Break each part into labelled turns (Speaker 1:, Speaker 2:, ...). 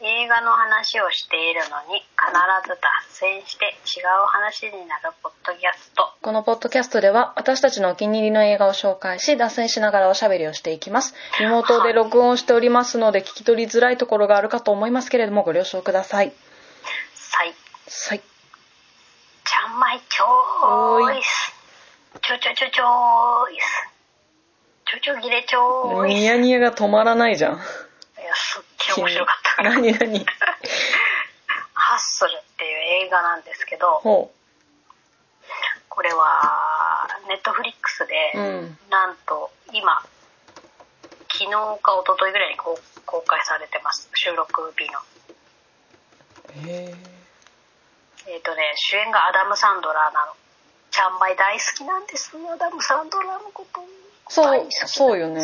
Speaker 1: 映画の話をしているのに必ず脱線して違う話になるポッドキャスト
Speaker 2: このポッドキャストでは私たちのお気に入りの映画を紹介し脱線しながらおしゃべりをしていきますリモートで録音しておりますので聞き取りづらいところがあるかと思いますけれどもご了承ください
Speaker 1: サイ
Speaker 2: はい
Speaker 1: ちゃんまいチョーイスちょちょちょちょーイスちょちょぎれチョーイス
Speaker 2: ニ
Speaker 1: いや
Speaker 2: ヤニヤが止まらないじゃん
Speaker 1: すっげえ面白かった
Speaker 2: 何何
Speaker 1: ハッスルっていう映画なんですけど
Speaker 2: ほ
Speaker 1: これはネットフリックスで、
Speaker 2: ううん
Speaker 1: なんと今昨日か一昨日ぐらいに公公開されてます収録日の
Speaker 2: へえ
Speaker 1: えっ、とね主演がアダム・サンドラーなのちゃんまい大好きなんですアダム・サンドラーのこと
Speaker 2: そ
Speaker 1: 大
Speaker 2: う
Speaker 1: 好きなんです
Speaker 2: そうよね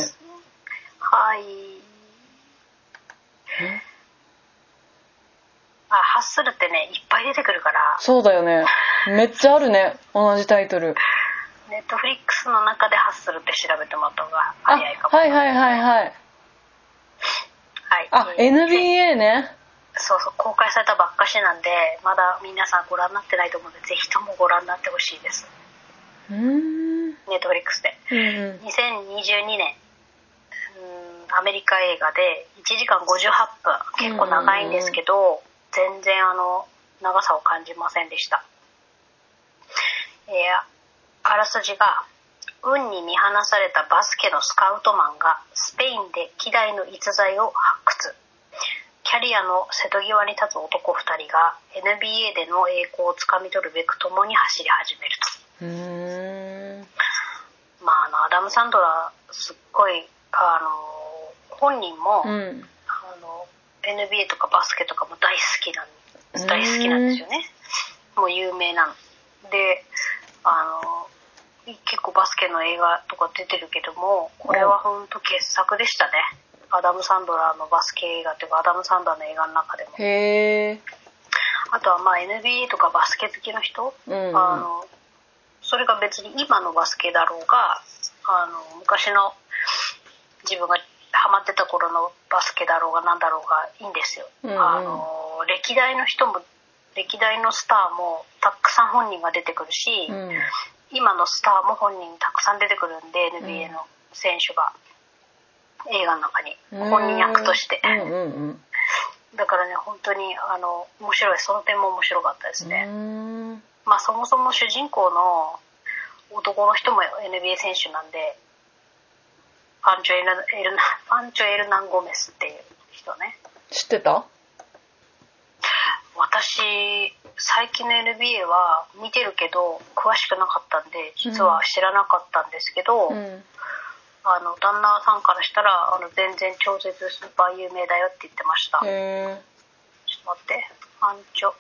Speaker 1: はい
Speaker 2: え
Speaker 1: あハッスルってねいっぱい出てくるから
Speaker 2: そうだよねめっちゃあるね同じタイトル
Speaker 1: ネットフリックスの中でハッスルって調べてもらった方が
Speaker 2: あ
Speaker 1: 早いかも
Speaker 2: はいはいはいはい
Speaker 1: はい
Speaker 2: あ
Speaker 1: えー
Speaker 2: NBA ね
Speaker 1: そうそう公開されたばっかしなんでまだ皆さんご覧になってないと思うんでぜひともご覧になってほしいです
Speaker 2: うーん
Speaker 1: ネットフリックスで
Speaker 2: うん
Speaker 1: 2022年うーんアメリカ映画で1時間58分結構長いんですけど全然あの長さを感じませんでしたえーあらすじが運に見放されたバスケのスカウトマンがスペインで希代の逸材を発掘キャリアの瀬戸際に立つ男2人が NBA での栄光をつかみ取るべく共に走り始めると
Speaker 2: うんうーん
Speaker 1: まあ、あのアダム・サンドラーすっごいあの本人も、
Speaker 2: う
Speaker 1: あ
Speaker 2: ん
Speaker 1: の NBA とかバスケとかも大好きなん
Speaker 2: うん
Speaker 1: 大好きなんですよねもう有名なのであの結構バスケの映画とか出てるけどもこれは本当傑作でしたねアダム・サンドラーのバスケ映画というかアダム・サンドラーの映画の中でも
Speaker 2: へえ
Speaker 1: あとはまあ NBA とかバスケ好きの人
Speaker 2: うんうん
Speaker 1: あのそれが別に今のバスケだろうがあの昔の自分がハマってた頃のバスケだろうがなんだろうがいいんですよ、
Speaker 2: うんうん
Speaker 1: あの歴代の人も歴代のスターもたくさん本人が出てくるし、
Speaker 2: うん
Speaker 1: 今のスターも本人たくさん出てくるんで
Speaker 2: ん
Speaker 1: NBA の選手が映画の中に本人役として、
Speaker 2: うんうんうん
Speaker 1: だからね本当にあの面白いその点も面白かったですね、
Speaker 2: うーん
Speaker 1: まあそもそも主人公の男の人も NBA 選手なんで、ファンチョエルナ、エルナファンチョエルナンゴメスっていう人ね。
Speaker 2: 知ってた
Speaker 1: 私、最近の NBA は見てるけど、詳しくなかったんで、実は知らなかったんですけど、
Speaker 2: うん
Speaker 1: あの、旦那さんからしたら、あの、全然超絶スーパー有名だよって言ってました。
Speaker 2: へえ
Speaker 1: ちょっと待って、ファンチョ。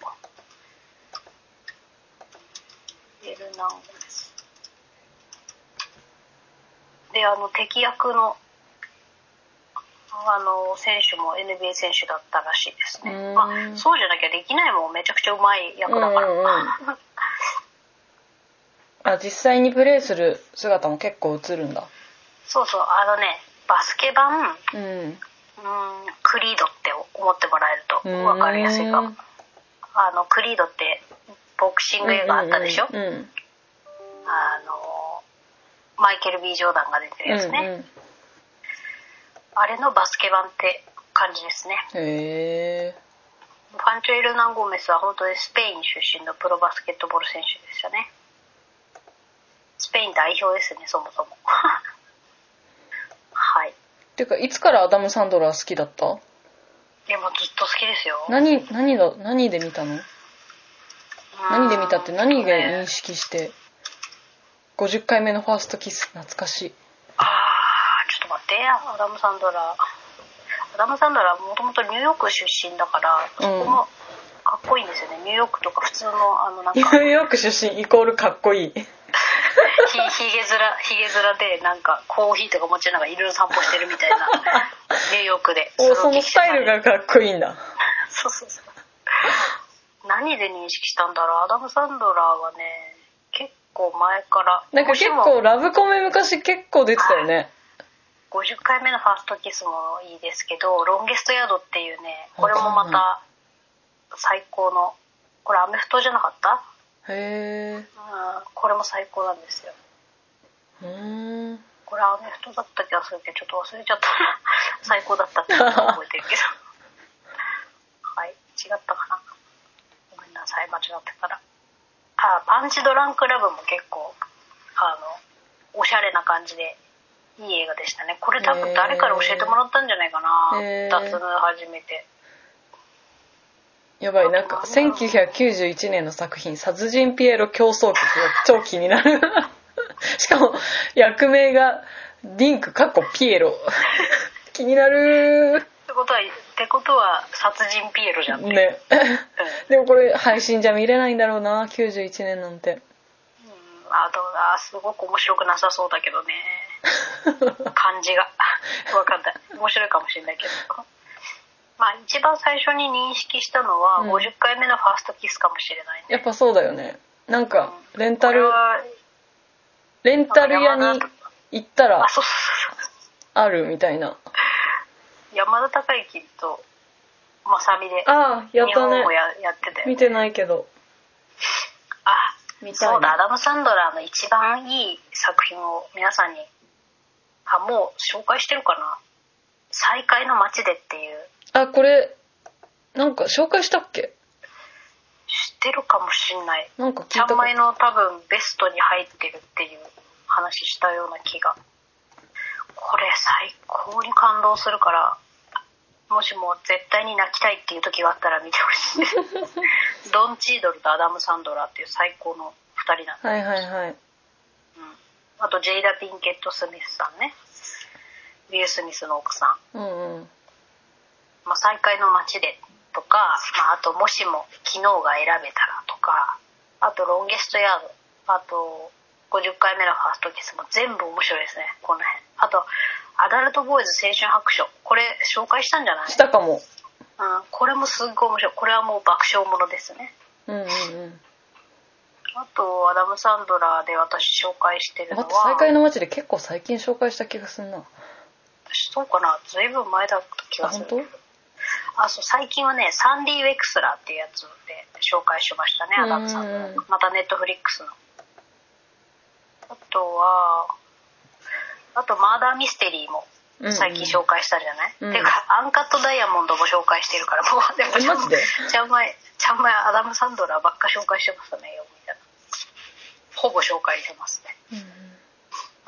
Speaker 1: エルナンゴです。で、あの、敵役の、あの、選手も NBA 選手だったらしいです
Speaker 2: うー
Speaker 1: ね。
Speaker 2: ん
Speaker 1: まあ、そうじゃなきゃできないもん、めちゃくちゃうまい役だから。
Speaker 2: うんうんうんあ実際にプレーする姿も結構映るんだ
Speaker 1: そうそう、あのね、バスケ版、
Speaker 2: うん
Speaker 1: うーん、クリードって思ってもらえると分かりやすいか
Speaker 2: うー
Speaker 1: も
Speaker 2: ん。
Speaker 1: あの、クリードって、ボクシング映画あったでしょ、
Speaker 2: うんうん
Speaker 1: あのマイケル・ B ・ジョーダンが出てるやつね、
Speaker 2: うんうん
Speaker 1: あれのバスケ版って感じですね
Speaker 2: へえ
Speaker 1: ファンチョ・エルナン・ゴメスは本当にスペイン出身のプロバスケットボール選手でしたねスペイン代表ですねそも そもはい
Speaker 2: てかいつからアダム・サンドラー好きだった
Speaker 1: でもずっと好きですよ
Speaker 2: 何何だ何で見たの何で見たって何で
Speaker 1: うん
Speaker 2: 認識して50回目のファーストキス懐かしい
Speaker 1: あーちょっと待ってアダム・サンドラアダム・サンドラもともとニューヨーク出身だからそこもかっこいいんですよね、ニューヨークとか普通のあのなん
Speaker 2: ニュ
Speaker 1: か
Speaker 2: ーヨーク出身イコールかっこいい
Speaker 1: ひひげ面ひげ面でなんかコーヒーとか持ちながらいろいろ散歩してるみたい なニューヨークで
Speaker 2: おそ
Speaker 1: れを
Speaker 2: の
Speaker 1: 聞き
Speaker 2: ス
Speaker 1: たい
Speaker 2: タイルがかっこいいんだ
Speaker 1: そうそうそう何で認識したんだろうアダム・サンドラーはね結構前から
Speaker 2: なんか結
Speaker 1: もしも
Speaker 2: 構ラブコメ昔結構出てたよね
Speaker 1: 50回目のファーストキスもいいですけど、ロンゲストヤードっていうね、これもまた最高の、これアメフトじゃなかった
Speaker 2: へ
Speaker 1: うん、これも最高なんですよ。
Speaker 2: え。うーん。
Speaker 1: これアメフトだった気がするけど、ちょっと忘れちゃったな。最高だったってことは覚えてるけど。はい、違ったかな。ごめんなさい、間違ってたら。あ、パンチドランクラブも結構、あの、おしゃれな感じで、いい映画でしたね。これ多分誰から教えてもらったんじゃないかな。
Speaker 2: へー
Speaker 1: 脱縫初めて。
Speaker 2: やばい、なんか、1991年の作品、殺人ピエロ競争曲が超気になる。 しかも、役名が、リンク、かっこピエ ロ。気になる
Speaker 1: ってことは、ってことは、殺人ピエロじゃんって。
Speaker 2: ね。
Speaker 1: うん
Speaker 2: でもこれ、配信じゃ見れないんだろうな、91年なんて。
Speaker 1: うんあとあすごく面白くなさそうだけどね感じが 分かんない面白いかもしれないけどまあ一番最初に認識したのは
Speaker 2: うん
Speaker 1: 50回目のファーストキスかもしれないね、
Speaker 2: やっぱそうだよね。なんか、レンタ
Speaker 1: これ
Speaker 2: ル、
Speaker 1: は
Speaker 2: レンタル屋に行ったら
Speaker 1: あそうそうそう
Speaker 2: あるみたいな。
Speaker 1: そう山田孝之とまさみで
Speaker 2: ああ、やっ
Speaker 1: 日
Speaker 2: た
Speaker 1: 本
Speaker 2: ね
Speaker 1: を。ややってたよ
Speaker 2: 見てないけど。
Speaker 1: あ
Speaker 2: 見たいな
Speaker 1: そうだアダム・サンドラーの一番いい作品を皆さんにあもう紹介してるかな「再会の街で」っていう
Speaker 2: あ、これ、なんか紹介したっけ
Speaker 1: 知ってるかもしんない
Speaker 2: なんか聞い
Speaker 1: ち
Speaker 2: た
Speaker 1: ゃ
Speaker 2: こと
Speaker 1: んまいの多分ベストに入ってるっていう話したような気がこれ最高に感動するからもしも絶対に泣きたいっていう時があったら見てほしいドン・チードルとアダム・サンドラーっていう最高の2人なんで
Speaker 2: はいはいはい。
Speaker 1: あとジェイダ・ピンケット・スミスさんねウィル・スミスの奥さん
Speaker 2: うんうん。
Speaker 1: 「まあ、再会の街で」とか、まあ、あと「もしも昨日が選べたら」とかあと「ロンゲストヤード」あと50回目のファーストキスも全部面白いですねこの辺あと「アダルトボーイズ青春白書」これ紹介したんじゃない、
Speaker 2: したかも。
Speaker 1: うん、これもすっごい面白いこれはもう爆笑ものですね
Speaker 2: うんうんうん。
Speaker 1: あとアダム・サンドラーで私紹介してるの
Speaker 2: 待っ
Speaker 1: は
Speaker 2: て、再会の街で結構最近紹介した気がすんな。
Speaker 1: 私そうかなずいぶん前だった気
Speaker 2: あ、
Speaker 1: がす
Speaker 2: 本
Speaker 1: る
Speaker 2: 当？
Speaker 1: あそう最近はねサンディ・ウェクスラーっていうやつで紹介しましたねアダムさんの
Speaker 2: うんうん
Speaker 1: またネットフリックスのあとはあとマーダーミステリーも
Speaker 2: うんうん
Speaker 1: 最近紹介したじゃない、
Speaker 2: うん
Speaker 1: ていうかアンカットダイヤモンドも紹介してるからもうでも
Speaker 2: えマジで
Speaker 1: ちゃんまいちゃんまいアダム・サンドラーばっか紹介してますねよみたいなほぼ紹介してますね
Speaker 2: うん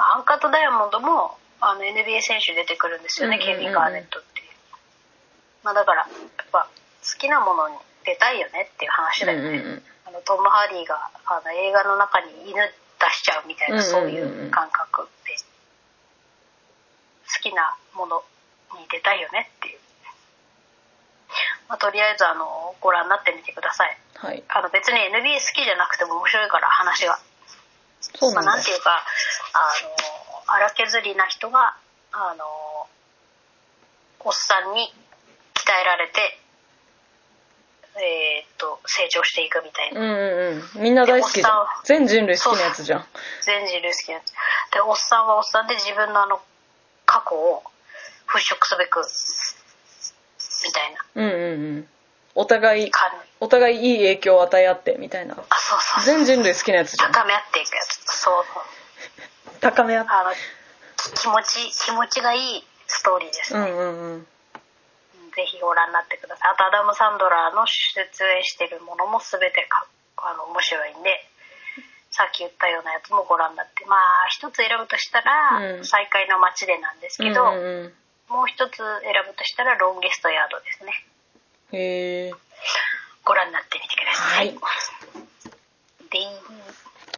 Speaker 1: アンカットダイヤモンドもあの NBA 選手出てくるんですよね、
Speaker 2: うんうんうんうん
Speaker 1: ケビン・ガーネットっていう、まあ、だからやっぱ好きなものに出たいよねっていう話だよね、
Speaker 2: うんうんうん
Speaker 1: あのトム・ハリーがあの映画の中に犬出しちゃうみたいな、
Speaker 2: うんうんうん
Speaker 1: そういう感覚で好きなものに出たいよねっていう、まあ、とりあえずあのご覧になってみてください
Speaker 2: はい。
Speaker 1: あの別に NBA 好きじゃなくても面白いから話が。
Speaker 2: そうなん
Speaker 1: まあ、
Speaker 2: だ
Speaker 1: なんて。いうかあの荒削りな人があのおっさんに鍛えられてえーっと成長していくみたいな
Speaker 2: うんうんうん。みんな大好きじゃ
Speaker 1: でお
Speaker 2: ん
Speaker 1: っさんは。
Speaker 2: 全人類好きなやつじゃん。
Speaker 1: 全人類好きなやつでおっさんはおっさんで自分のあの過去を払拭すべくみたいな
Speaker 2: うんうんうん。お互い、
Speaker 1: 感じ
Speaker 2: お互いいい影響を与え合ってみたいな。
Speaker 1: あそうそうそう
Speaker 2: 全人類好きなやつじゃん。
Speaker 1: 高め合っていくやつそうそう
Speaker 2: 高め合って。
Speaker 1: あのき気持ち気持ちがいいストーリーです
Speaker 2: う
Speaker 1: ね、
Speaker 2: んうんうん。
Speaker 1: ぜひご覧になってください。あと、アダム・サンドラーの出演してるものも全てかあの面白いんで、さっき言ったようなやつもご覧になって、まあ、一つ選ぶとしたら、
Speaker 2: うん
Speaker 1: 再会の街でなんですけど、
Speaker 2: うんうんうん
Speaker 1: もう一つ選ぶとしたら、ロンゲストヤードですね。
Speaker 2: へえ。